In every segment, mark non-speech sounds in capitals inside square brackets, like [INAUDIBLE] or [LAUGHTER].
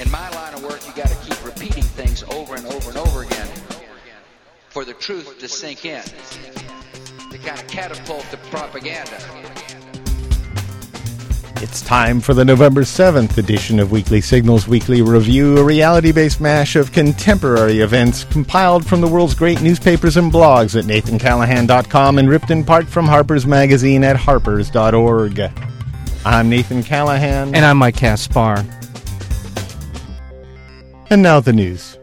In my line of work, you got to keep repeating things over and over and over again for the truth to sink in, to kind of catapult the propaganda. It's time for the November 7th edition of Weekly Signals Weekly Review, a reality based mash of contemporary events compiled from the world's great newspapers and blogs at nathancallahan.com and ripped in part from Harper's Magazine at harpers.org. I'm Nathan Callahan. And I'm Mike Caspar. And now the news.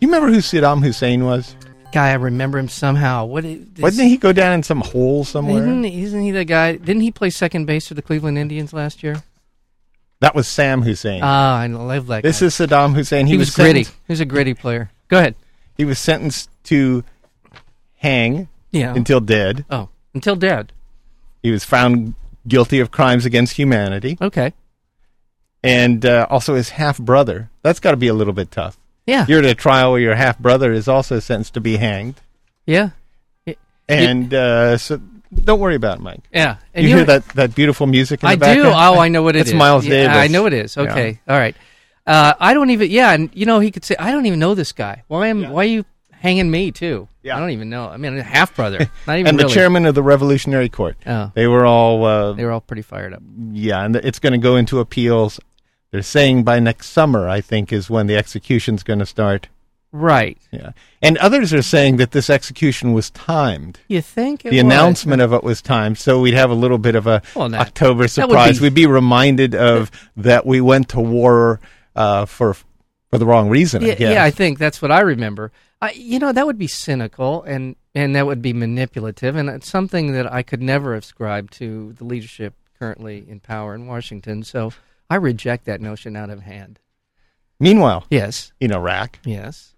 You remember who Saddam Hussein was? Guy, I remember him somehow. What? is- Wasn't he go down in some hole somewhere? Didn't, isn't he the guy? Didn't he play second base for the Cleveland Indians last year? That was Sam Hussein. Ah, I love that. this guy. is Saddam Hussein. he, He, was, gritty. sentenced- He was a gritty player. Go ahead. He was sentenced to hang Yeah. until dead. oh, until dead. He was found guilty of crimes against humanity, Okay. and uh, also his half brother. That's got to be a little bit tough. Yeah. You're at a trial where your half brother is also sentenced to be hanged, yeah. Y- and uh, so don't worry about it, Mike. Yeah. You, hear that, that beautiful music? In I the background? do. Oh, I know what it It's is. Miles Yeah, Davis. I know it is. Yeah. Okay. All right. Uh, I don't even. Yeah, and you know he could say, I don't even know this guy. Why am? Why are you hanging me too? Yeah. I don't even know. I mean, half [LAUGHS] brother. Not even And really. the chairman of the Revolutionary Court. Oh. They were all uh, They were all pretty fired up. yeah, and it's going to go into appeals. They're saying by next summer, I think, is when the execution's going to start. Right. Yeah, and others are saying that this execution was timed. You think it The was. announcement of it was timed, so we'd have a little bit of a Well, that- October that would surprise. be- We'd be reminded of that we went to war uh, for for the wrong reason. I Yeah, guess. yeah, I think that's what I remember. I, you know, that would be cynical and and that would be manipulative, and it's something that I could never ascribe to the leadership currently in power in Washington. So I reject that notion out of hand. Meanwhile, Yes. in Iraq, Yes.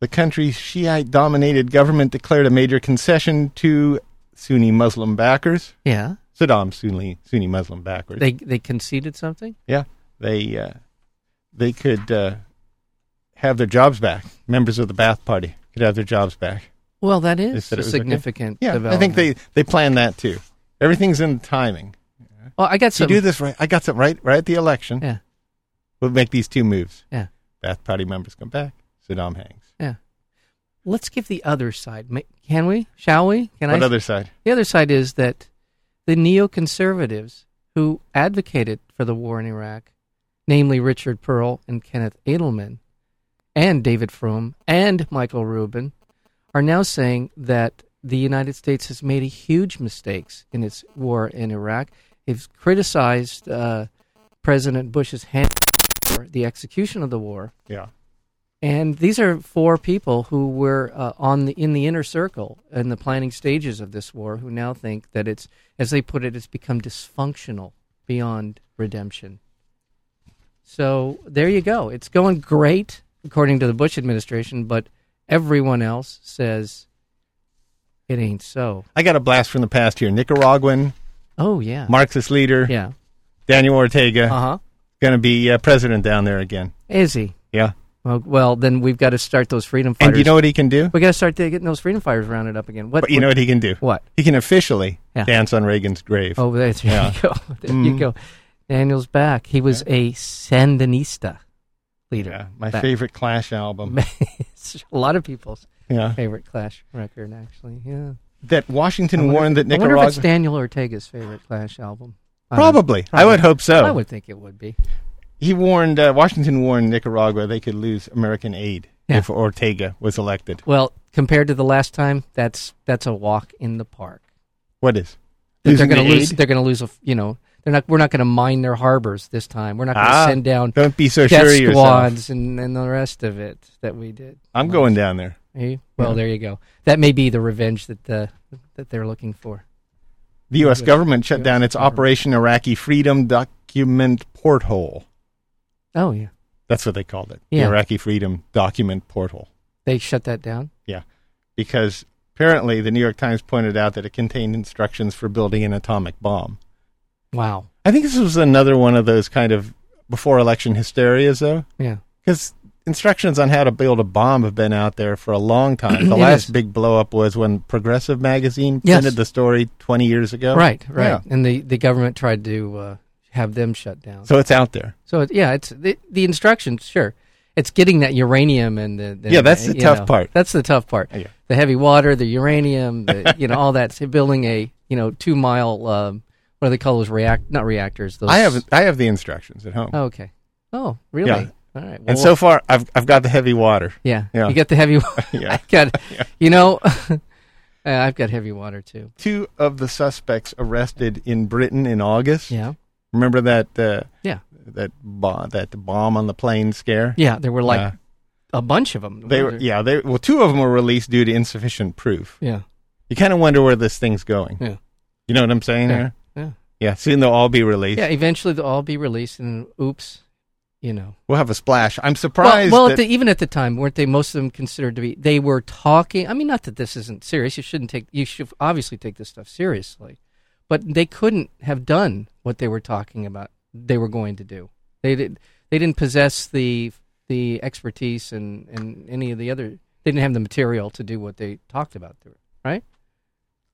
the country's Shiite-dominated government declared a major concession to Sunni Muslim backers. Yeah. Saddam Sunni Sunni Muslim backers. They they conceded something. Yeah, they uh, they could uh, have their jobs back. Members of the Bath Party could have their jobs back. Well, that They is said a it was okay. significant. Yeah, I development. think they they planned that too. Everything's in timing. Well, I got If you some. do this right, I got something right right at the election. Yeah. We'll make these two moves. Yeah. Bath Party members come back. Saddam hangs. Yeah. Let's give the other side. Ma- Can we? Shall we? Can what I? other side? The other side is that the neoconservatives who advocated for the war in Iraq, namely Richard Pearl and Kenneth Edelman, and David Frum and Michael Rubin, are now saying that the United States has made huge mistakes in its war in Iraq. It's criticized uh, President Bush's hand for the execution of the war. Yeah. And these are four people who were uh, on the, in the inner circle in the planning stages of this war, who now think that it's, as they put it, it's become dysfunctional beyond redemption. So there you go. It's going great according to the Bush administration, but everyone else says it ain't so. I got a blast from the past here. Nicaraguan Oh yeah, Marxist leader yeah. Daniel Ortega Uh huh. going to be uh, president down there again. Is he? Yeah. Well, well, then we've got to start those freedom fighters. And you know what he can do? we got to start getting those freedom fighters rounded up again. What? But you know what he can do? what? He can officially Yeah. dance on Reagan's grave. Oh, there, there Yeah. Mm. you go. [LAUGHS] There you go. Daniel's back. He was a Sandinista leader. yeah, my Back. favorite Clash album. [LAUGHS] It's a lot of people's yeah, favorite Clash record, actually. Yeah. that Washington I wonder- warned that I wonder if it's Nicaragua. Daniel Ortega's favorite Clash album. I would- Probably. I would hope so. I would think it would be. He warned uh, Washington warned Nicaragua they could lose American aid Yeah. if Ortega was elected. Well, compared to the last time, that's that's a walk in the park. What is? That they're Losing going the to lose. aid? They're going to lose. A, f- you know, they're not. We're not going to mine their harbors this time. We're not going to Ah, send down Don't be so death sure of yourself. squads and, and the rest of it that we did. I'm Last going down there. Hey, Well, Yeah. there you go. That may be the revenge that uh, that they're looking for. The U.S. Good. government shut Yes. down its Operation Iraqi Freedom Document Porthole. Oh yeah, That's what they called it. Yeah. The Iraqi Freedom Document Porthole. they shut that down. Yeah, because apparently the New York Times pointed out that it contained instructions for building an atomic bomb. Wow. I think this was another one of those kind of before election hysterias, though, Yeah. because instructions on how to build a bomb have been out there for a long time. [CLEARS THROAT] The It last is. big blow up was when Progressive Magazine Yes. printed the story 20 years ago. Right. Right. Yeah. And the the government tried to uh, have them shut down. So it's out there. So it, yeah, it's the, the instructions. Sure, it's getting that uranium and the, the- Yeah, that's the you tough know, part. That's the tough part. Yeah. The heavy water, the uranium, the, you know, all that's building a you know two mile. Um, what do they call those react? Not reactors. Those, I have I have the instructions at home, Oh, okay. Oh, really? Yeah. All right. and Well, so far I've I've got the heavy water. yeah, Yeah. you got the heavy. water. [LAUGHS] Yeah. [LAUGHS] I got. You know, [LAUGHS] uh, I've got heavy water too. Two of the suspects arrested in Britain in August. Yeah. Remember that uh, Yeah. that bo- that bomb on the plane scare? Yeah. There were like Uh, a bunch of them. they were yeah they well two of them were released due to insufficient proof. Yeah. You kind of wonder where this thing's going. Yeah. You know what I'm saying? Yeah. Aaron? Yeah. Yeah, soon they'll all be released. Yeah, eventually they'll all be released, and oops, you know. We'll have a splash. I'm surprised. well, well that- at the, even at the time, weren't they most of them considered to be? They were talking. I mean, not that this isn't serious. You shouldn't take. You should obviously take this stuff seriously, but they couldn't have done what they were talking about. They were going to do. They did. They didn't possess the the expertise and and any of the other. They didn't have the material to do what they talked about. Through right.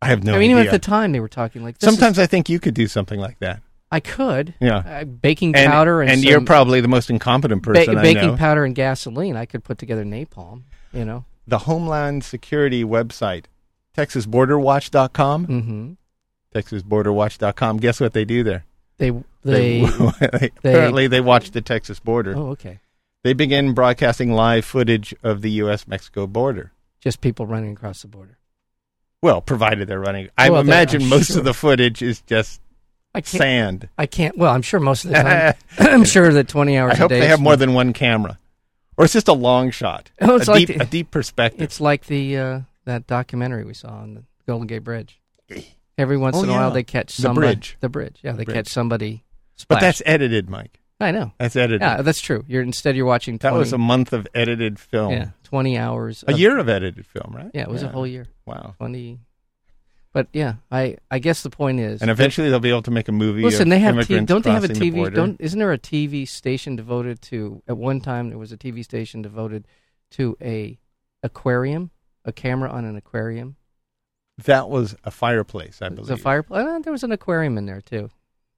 I have no I mean, even idea. at the time, they were talking like this is- Sometimes I think you could do something like that. I could. Yeah. Uh, baking powder and, you're some- probably the most incompetent Ba- person I baking know. powder and gasoline, I could put together napalm. You know, the Homeland Security website, TexasBorderWatch.com. hmm TexasBorderWatch.com. Guess what they do there? they they. [LAUGHS] they- they- apparently they watch the Texas border. [LAUGHS] oh, okay. They begin broadcasting live footage of the U.S.-Mexico border. Just people running across the border. Well, provided they're running. I Well, they- imagine I'm most sure. of the footage is just I can't. sand. I can't. Well, I'm sure most of [LAUGHS] the time. I'm sure that 20 hours. I hope a day they is- have more than one camera, or it's just a long shot, [LAUGHS] Oh, it's a, like deep, the- a deep perspective. It's like the uh, that documentary we saw on the Golden [CLEARS THROAT] Gate Bridge. Every once Oh, in a while, yeah. they catch The somebody. bridge. The bridge. Yeah, they Bridge. catch somebody. but splash. that's edited, Mike. I know. That's edited. Yeah, that's true. You're instead you're watching. 20, that was a month of edited film. yeah, 20 hours. A of- year of edited film, right? Yeah, it was a whole year. Wow. Funny, But yeah, I I guess the point is. And eventually they'll be able to make a movie. listen, of they have t- immigrants don't they have a crossing the TV? border. don't isn't there a TV station devoted to? At one time, there was a TV station devoted to a aquarium, a camera on an aquarium. That was a fireplace, I It believe. was a fireplace. Uh, there was an aquarium in there too.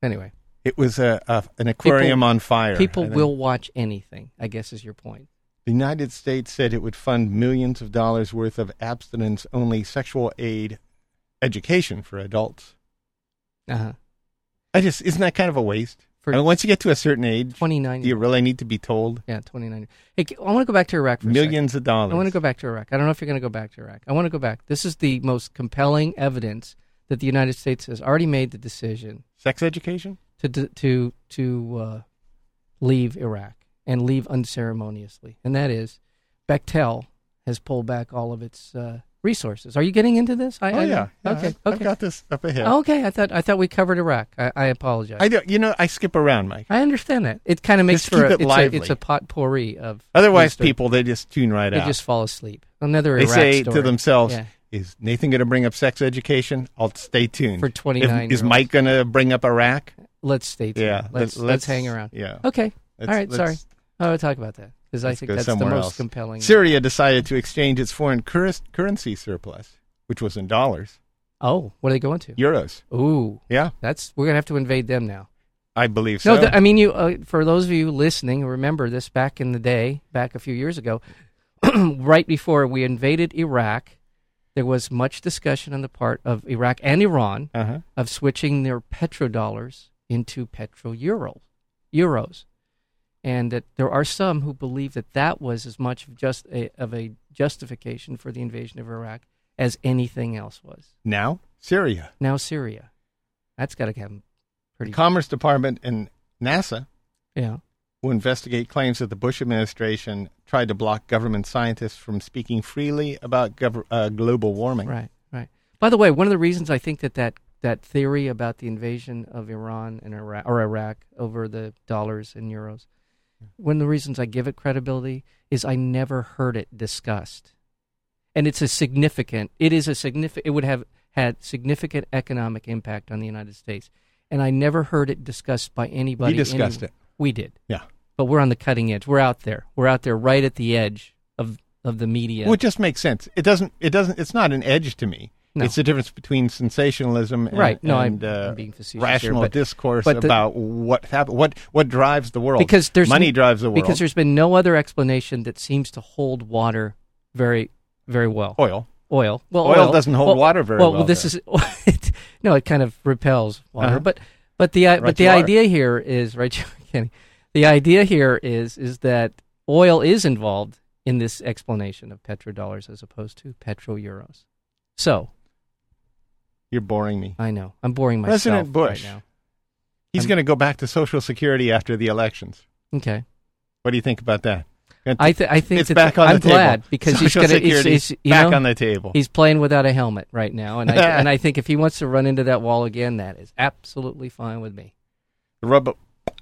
Anyway, It was a, a an aquarium on fire. I people think. will watch anything. I guess is your point. The United States said it would fund millions of dollars worth of abstinence-only sexual aid education for adults. Uh huh. I just isn't that kind of a waste? For- I mean, once you get to a certain age, Twenty nine. do you really need to be told? Yeah, twenty nine. Hey, I want to go back to Iraq for a second. Millions of dollars. I want to go back to Iraq. I don't know if you're going to go back to Iraq. I want to go back. This is the most compelling evidence that the United States has already made the decision Sex education? to to to uh, leave Iraq and leave unceremoniously, and that is Bechtel has pulled back all of its uh, resources. Are you getting into this? I, oh I- yeah. Yeah, Okay. I, I've okay. got this up ahead. okay. I thought I thought we covered Iraq. I, I apologize. I do. You know, I skip around, Mike. I understand that. It kind of makes Just for keep a, it it's, a, lively. it's a potpourri of Otherwise, news stories. people they just tune right they out. just fall asleep. Another they Iraq say story. to themselves, Yeah. "Is Nathan going to bring up sex education? I'll stay tuned." For If- 29 is year-olds. Mike going to bring up Iraq? let's stay tuned. Yeah, Yeah, let's, let's, hang around. Yeah, Okay. Let's- All right. let's- Sorry. I will talk about that because I let's think go that's the somewhere most else. compelling. Syria decided to exchange its foreign cur- currency surplus, which was in dollars, Oh, what are they going to? euros. Ooh, Yeah, that's we're gonna have to invade them now. I believe so. No, th- I mean you. Uh, for those of you listening, who remember this back in the day, back a few years ago, [CLEARS THROAT] right before we invaded Iraq, there was much discussion on the part of Iraq and Iran uh-huh. of switching their petrodollars into petro euro, euros, and that there are some who believe that that was as much of just a, of a justification for the invasion of Iraq as anything else was. Now Syria. Now Syria, that's got to have The pretty. Commerce Department and NASA yeah. will investigate claims that the Bush administration tried to block government scientists from speaking freely about gov- uh, global warming. Right, right. By the way, one of the reasons I think that that, that theory about the invasion of Iran and Iraq or Iraq over the dollars and euros, one of the reasons I give it credibility is I never heard it discussed, and it's a significant. It is a significant. It would have had significant economic impact on the United States, and I never heard it discussed by anybody. discussed it. We did, Yeah. but we're on the cutting edge. We're out there. We're out there, right at the edge of of the media. Well, it just makes sense. It doesn't. It doesn't. It's not an edge to me. No. It's the difference between sensationalism and, Right. No, I'm- and, uh, I'm being facetious rational here, but- discourse but the- about what happened, what what drives the world. Because there's money drives the world. Because there's been no other explanation that seems to hold water very, very well. oil. Oil. Well, Oil doesn't hold water very well, this is [LAUGHS] no. It kind of repels water, Uh-huh. but but the uh, Right but the you are. idea here is right. [LAUGHS] you are, Kenny. The idea here is is that oil is involved in this explanation of petrodollars as opposed to petro-euros. So You're boring me. I know I'm boring myself President Bush. right He's I'm- going to go back to Social Security after the elections. now. Okay. What do you think about that? [LAUGHS] I, th- I think it's that back on I'm the table. glad because he's Social going to Security you back know, on the table. He's playing without a helmet right [LAUGHS] now, and I and I think if he wants to run into that wall again, that is absolutely fine with me. The rub-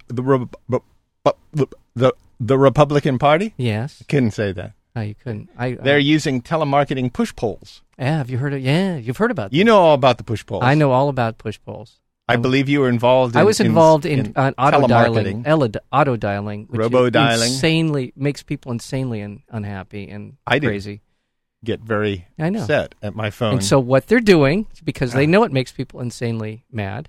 the rub- bu- bu- the the the Republican Party Yes, couldn't say that. no, you couldn't. I They're I, using telemarketing push polls. yeah, have you heard of? Yeah, you've heard about. You know all about the push polls. I know all about push polls. I believe you were involved. In, I was involved in, on auto dialing, telemarketing. ele- auto dialing, which is Robo-dialing. insanely makes people insanely un- unhappy and I did. crazy. Get very I know. upset at my phone. And so what they're doing because they know it makes people insanely mad.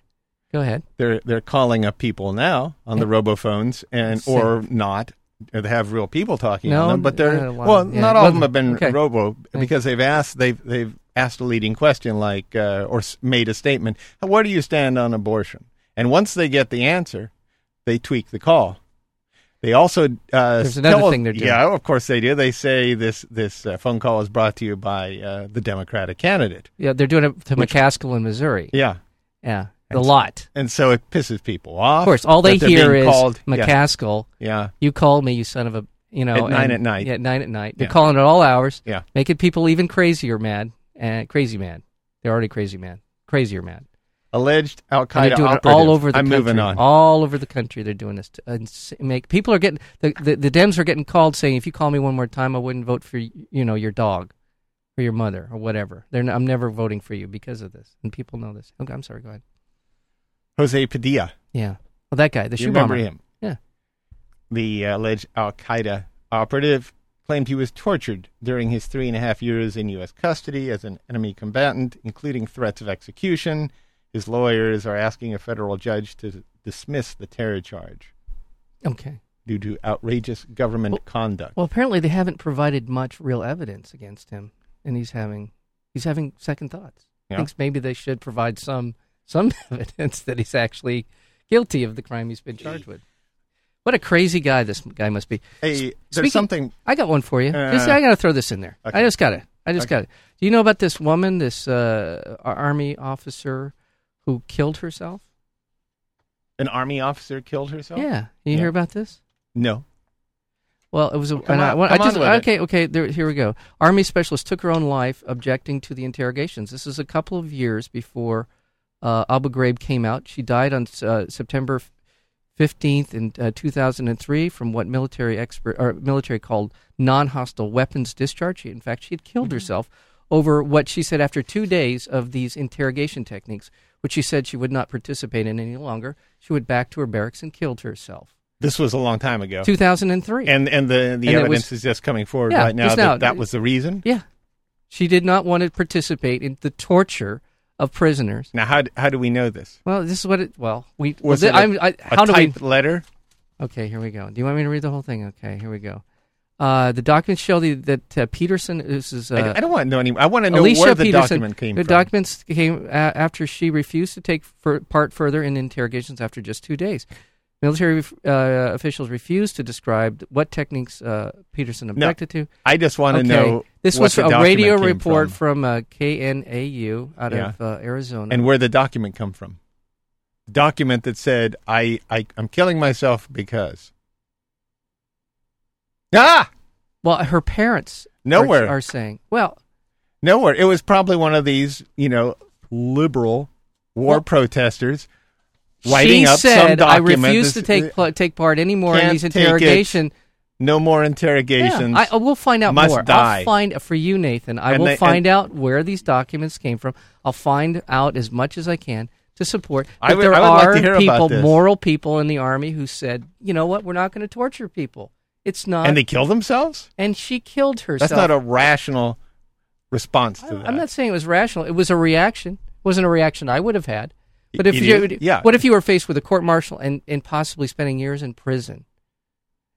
Go ahead. they're they're calling up people now on the robophones and Same. or not. They have real people talking No, on them, but they're not a lot. well, Yeah. not all Well, of them have been okay. robo because they've asked they've they've asked a leading question like uh, or s- made a statement. Where do you stand on abortion? And once they get the answer, they tweak the call. They also uh, There's another tell- thing they're doing. Yeah, of course they do. They say this this uh, phone call is brought to you by uh, the Democratic candidate. Yeah, they're doing it to Which- McCaskill in Missouri. Yeah, Yeah, the And- lot. and so it pisses people off. Of course, all they that they're hear being is called, yeah. McCaskill. Yeah, You called me, you son of a, you know, At nine and- at night. Yeah, at nine at night. They're Yeah. calling at all hours, yeah. making people even crazier mad and crazy mad. They're already crazy mad, crazier mad. Alleged Al And Qaeda they're doing it operative. all over the I'm country. moving on. All over the country, they're doing this. To, and s- make people are getting the, the the Dems are getting called saying, if you call me one more time, I wouldn't vote for y- you know your dog, or your mother, or whatever. They're n- I'm never voting for you because of this, and people know this. Okay, I'm sorry. Go ahead. Jose Padilla. Yeah. Well, that guy, the you shoe remember bomber. him? Yeah. The uh, alleged Al Qaeda operative claimed he was tortured during his three and a half years in U.S. custody as an enemy combatant, including threats of execution. His lawyers are asking a federal judge to dismiss the terror charge Okay. due to outrageous government conduct. Well, apparently they haven't provided much real evidence against him, and he's having he's having second thoughts. Yeah. Thinks maybe they should provide some some [LAUGHS] evidence that he's actually guilty of the crime he's been charged with. What a crazy guy this guy must be. hey, Speaking- there's something. I got one for you. just, Uh, I got to throw this in there. I okay. just got it. I just Okay. got it. Do you know about this woman, this uh, ar- army officer who killed herself? An army officer killed herself. Yeah. You Yeah. hear about this? No. Well, it was a. Well, come and I, on- well, I come on just, with it. okay, okay. There, here we go. Army specialist took her own life, objecting to the interrogations. This is a couple of years before uh, Abu Ghraib came out. She died on uh, September fifteenth in uh, two thousand and three from what military expert or military called non-hostile weapons discharge. She, in fact, she had killed Mm-hmm. herself over what she said after two days of these interrogation techniques, which she said she would not participate in any longer. She went back to her barracks and killed herself. This was a long time ago. Two thousand and three. And and the the it was- evidence is just coming forward Yeah, right now just that now. that was the reason. Yeah. She did not want to participate in the torture of prisoners. Now, how d- how do we know this? Well, this is what it. Well, we. Was well, it thi- I'm- a, I- a how do we? typed letter? Okay, here we go. Do you want me to read the whole thing? Okay, here we go. Uh, the documents show the, that uh, Peterson. This is. Uh, I, I don't want to know any. I want to know Alicia where the Peterson, document came the from. documents came a- after she refused to take fur part further in interrogations after just two days. Military uh, officials refused to describe what techniques uh, Peterson No. objected to. I just want to okay. know. This what was the a document radio came report from, from, uh, KNAU out Yeah. of uh, Arizona. and where the document come from. Document that said I I I'm killing myself because. Ah, well, her parents are- Nowhere. are, saying, "Well, nowhere. It was probably one of these you know liberal war Well- protesters writing she up some said I document. refuse to that's- take pl- take part anymore in Can't these take it. interrogation." no more Yeah, interrogations. I, oh, we'll find out Must more. die. I'll find for you, Nathan. I And will they- find and- out where these documents came from. I'll find out as much as I can to support. I But would- there I would like are to hear about people, this. moral people in the army, who said, "You know what? We're not going to torture people. It's not." and they kill themselves. and she killed herself. That's not a rational response to that. I'm not saying it was rational. It was a reaction. It wasn't a reaction I would have had. But if It you, is- yeah. what if you were faced with a court martial and, and possibly spending years in prison,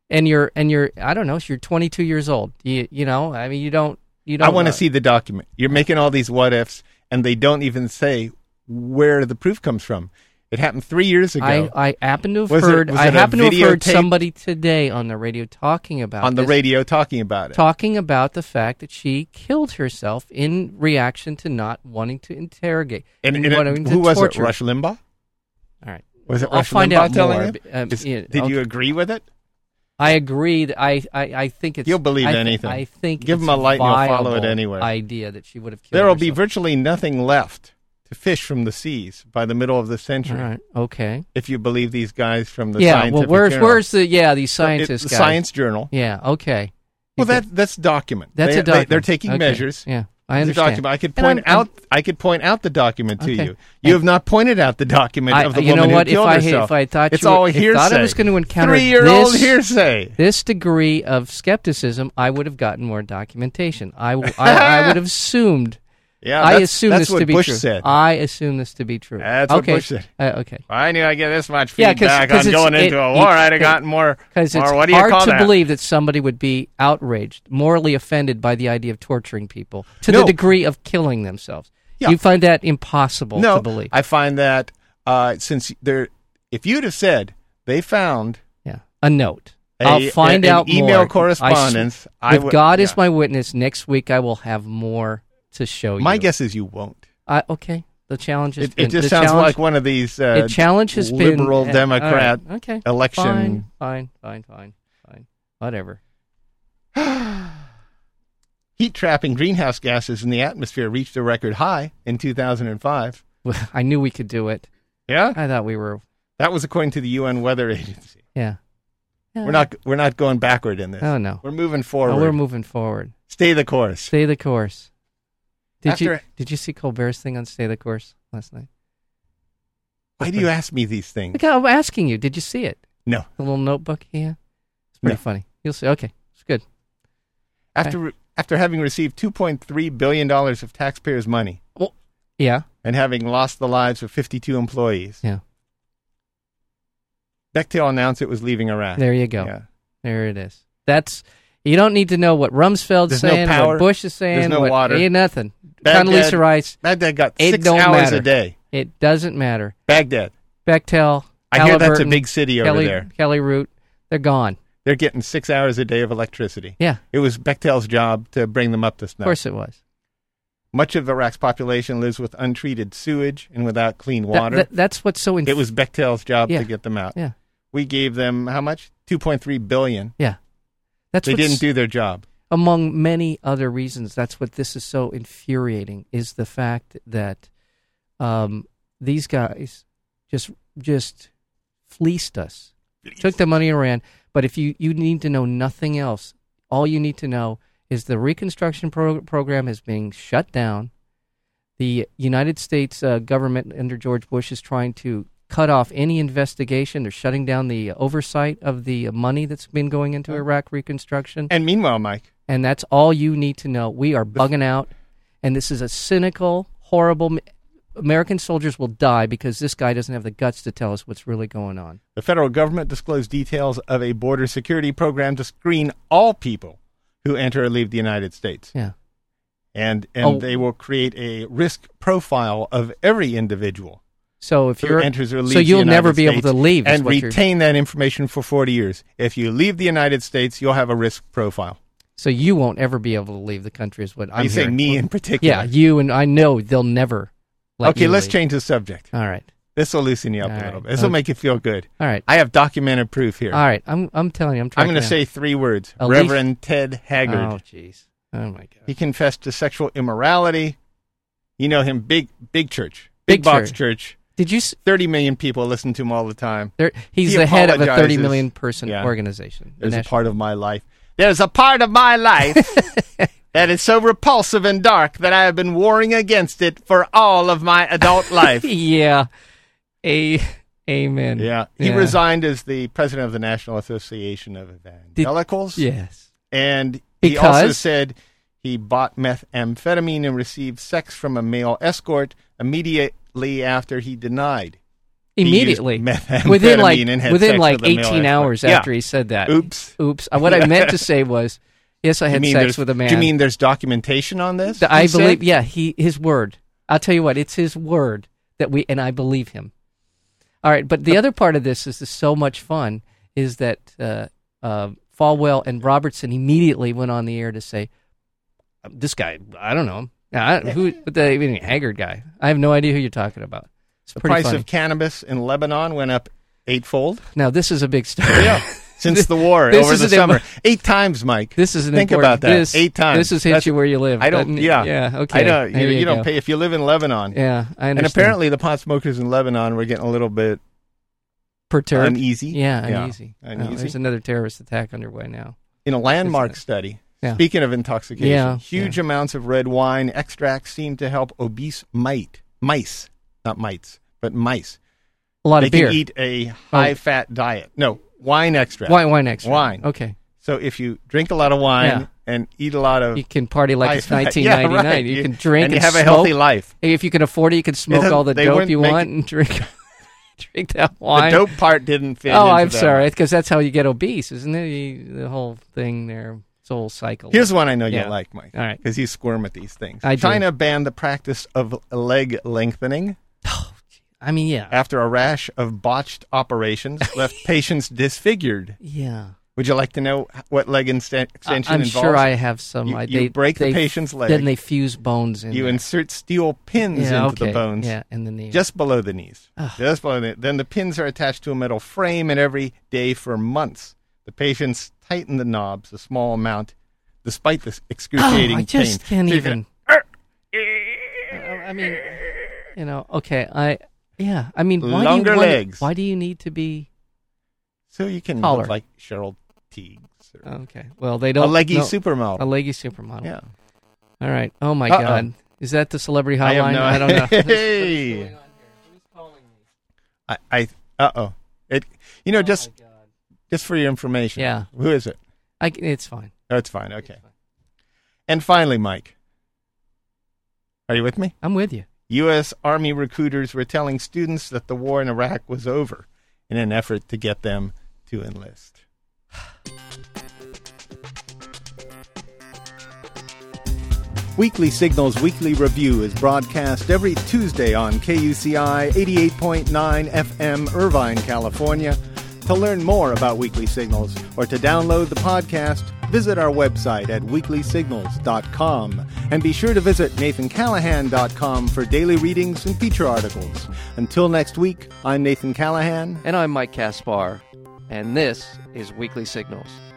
and you're and you're I don't know, you're 22 years old. You you know, I mean, you don't you don't. I want know. to see the document. You're making all these what ifs, and they don't even say where the proof comes from. It happened three years ago I, uh, I happen to have Was it- heard. was I it a happen to have heard videotape? somebody today on the radio talking about on the this, radio talking about it. talking about the fact that she killed herself in reaction to not wanting to interrogate and and and it- wanting to who was torture. it? Rush Limbaugh? All right. Was it I'll Rush find Limbaugh out telling more, him? but, um, Is- yeah, did I'll- you agree with it? I agree. that- I, I, I think it's. You'll believe I, anything. I think Give it's 'em a light and you'll follow it viable anyway. Idea that she would have killed. There will be herself. virtually nothing left to fish from the seas by the middle of the century, All right. Okay. if you believe these guys from the yeah. scientific Well, where's journal. where's the yeah these So it- scientists the guys? Science Journal. Yeah. Okay. Well, Because- that that's document. that's They- a document. They, are taking Okay. measures. Yeah. I It's a understand. document. I could And point I'm- out. i could point out the document to Okay. you. You have not pointed out the document I- of the you know woman what? who If killed I had- herself. if I thought it's you were- all if hearsay. thought I was gonna encounter three-year-old this- hearsay. This degree of skepticism, I would have gotten more documentation. I, w- [LAUGHS] I- I would have assumed. Yeah, I that's- assume that's this what to be Bush true. Uh, said. I assume this to be true. That's what okay. Bush said. Uh, okay. I knew I get this much Yeah, 'cause- feedback 'cause on it's- going it- into a it- war. I'd it- have gotten more. Because it's more what do you hard call to that? believe that somebody would be outraged, morally offended by the idea of torturing people to No. the degree of killing themselves. Yeah. You find that impossible no, to believe. I find that uh, since there, if you'd have said they found yeah, a note. A- I'll find an out email more. I s- correspondence, I if would- God yeah. is my witness, next week I will have more to show Oh, you. my guess is you won't. I, okay. The challenge has It, been. it just the sounds challenge, like one of these uh, the challenge has been liberal eh, all Democrat right, okay, election. Fine, fine, fine, fine, fine. Whatever. [LAUGHS] uh, [GASPS] Heat trapping greenhouse gases in the atmosphere reached a record high in 2005. I knew we could do it. Yeah, I thought we were. that was according to the UN Weather [LAUGHS] Agency. Yeah. Oh, Yeah. We're not we're not going backward in this. Oh, no. we're moving No, forward. we're moving forward. Stay the course. Stay the course. Did you After- did you see Colbert's thing on Stay the Course last night? Why do you ask me these things? Look, I'm asking you. Did you see it? No. The little notebook he had. It's pretty No. funny. You'll see. Okay, it's good. After after having received 2.3 billion dollars of taxpayers' money Well, yeah, and having lost the lives of 52 employees, yeah. Bechtel announced it was leaving Iraq. There you go. Yeah. There it is. That's you don't need to know what Rumsfeld's There's no saying, power. what Bush is saying, There's no what, water. ain't nothing. Baghdad- Condoleezza Rice. Baghdad got It 6 don't hours matter. a day. It doesn't matter. Baghdad. Bechtel. I hear that's a Halliburton, big city over Kelly, there. Kelly Root. They're gone. They're getting 6 hours a day of electricity. Yeah. It was Bechtel's job to bring them up to Of snuff. course it was. Much of Iraq's population lives with untreated sewage and without clean That- water. that- that's what's so. Inf- it was Bechtel's job Yeah. to get them out. Yeah. We gave them how much? 2.3 billion. Yeah. That's they what's- didn't do their job. among many other reasons. That's what this is so infuriating is the fact that um, these guys just just fleeced us, took the money and ran. But if you you need to know nothing else, all you need to know is the reconstruction pro- program is being shut down. The United States uh, government under George Bush is trying to cut off any investigation. They're shutting down the oversight of the money that's been going into Iraq reconstruction And meanwhile, Mike, and that's all you need to know. We are bugging out, and this is a cynical, horrible. American soldiers will die because this guy doesn't have the guts to tell us what's really going on. The federal government disclosed details of a border security program to screen all people who enter or leave the United States. Yeah, And and Oh. they will create a risk profile of every individual so if who you're enters or leaves so the you'll United never be able States to leave is and what you're- retain that information for 40 years. If you leave the United States, you'll have a risk profile. so you won't ever be able to leave the country. Is what I'm you say hearing. me in particular. Yeah, you and I know they'll never. Let okay, you let's leave. change the subject. All right, This will loosen you up All a right. little bit. This will Okay. make you feel good. all right, I have documented proof here. all right. I'm I'm telling you, I'm I'm trying. going to say three words. Elise- Reverend Ted Haggard. Oh jeez. Oh my god. He confessed to sexual immorality. You know him, big big church, big, Big box church. church. Did you? s- Thirty million people listen to him all the time. There, he's He the head of a apologizes. 30 million person Yeah. organization. the There's a national- part of my life. There's a part of my [LAUGHS] life that is so repulsive and dark that I have been warring against it for all of my adult [LAUGHS] life. yeah. A amen. Yeah, he resigned as the president of the National Association of Evangelicals, Yes. and he Because? also said He bought methamphetamine and received sex from a male escort immediately after he denied. He used Immediately, methamphetamine within like and had within sex like with a male escort. eighteen hours Yeah. after he said that. Oops. oops. Uh, What I [LAUGHS] meant to say was, yes, I You had mean sex there's- with a man. Do you mean there's documentation on this? Th- I he said? believe, yeah, he his word. I'll tell you what, it's his word that we, and I believe him. All right, but the other part of this is, is so much fun is that uh, uh, Falwell and Robertson immediately went on the air to say, "Um, "This guy, I don't know him. I, don't- who the even Haggard guy? I have no idea who you're talking about." It's The pretty price funny. of cannabis in Lebanon went up eightfold. now this is a big story. [LAUGHS] Since the war This over is the an summer, im- [LAUGHS] eight times, Mike. This is an think important, about that. This, eight times. This is hit That's- you where you live. I don't. doesn't it? Yeah, Yeah. Okay. I don't. You, There you don't go. pay if you live in Lebanon. Yeah, I understand. and apparently, the pot smokers in Lebanon were getting a little bit perturbed. uneasy. Yeah, uneasy. uneasy. Oh, there's another terrorist attack underway now. in a landmark Isn't it? study, Yeah. speaking of intoxication, Yeah, huge amounts of red wine extracts seem to help obese mite, mice, not mites, but mice. A lot they of beer. Oh. can eat a high-fat diet. No, wine extract. wine, wine extra. Wine. Okay. So if you drink a lot of wine Yeah. and eat a lot of You can party like it's high-fat- [LAUGHS] 1999. yeah, right. You can drink and, and, you have smoke. a healthy life. If you can afford it, you [LAUGHS] can smoke doesn't- all the they dope wouldn't you make want and drink [LAUGHS] [LAUGHS] drink that wine. The dope part didn't fit. oh, into I'm that. sorry, because that's how you get obese, isn't it? You, the whole thing there, it's a whole cycle. Here's one I know Yeah. you'll like, Mike. All right. Because you squirm at these things. I do. China banned the practice of leg lengthening I mean, yeah, after a rash of botched [LAUGHS] operations left patients disfigured. yeah. Would you like to know what leg insten- I- extension I'm involves? sure I have some. You- I, you they, break the they- patient's leg. Then they fuse bones in. You there. insert steel pins yeah, into okay. the bones. Yeah, in the knee. Just below the knees. Ugh. Just below the Then the pins are attached to a metal frame, and every day for months, the patients tighten the knobs a small amount, despite this excruciating oh, I just pain. can't So you even. I I mean, you know, okay, I yeah, I mean, why Longer do you, why- legs. Why, do you need to be? So you can Taller. look like Cheryl Teagues, or oh, Okay, well, they a don't. leggy no, supermodel. A leggy supermodel. yeah, All right. Oh my Uh-oh. God, is that the celebrity hotline? I have no. I don't [LAUGHS] know. hey, I, I uh oh. It, you know, just just for your information. Oh. Yeah. Who is it? I, it's fine. Oh, it's fine. Okay. And finally, Mike. Are you with me? I'm with you. U.S. Army recruiters were telling students that the war in Iraq was over in an effort to get them to enlist. Weekly Signals Weekly Review is broadcast every Tuesday on KUCI 88.9 FM, Irvine, California. To learn more about Weekly Signals or to download the podcast, visit our website at weeklysignals.com. And be sure to visit nathancallahan.com for daily readings and feature articles. Until next week, I'm Nathan Callahan. And I'm Mike Kaspar, and this is Weekly Signals.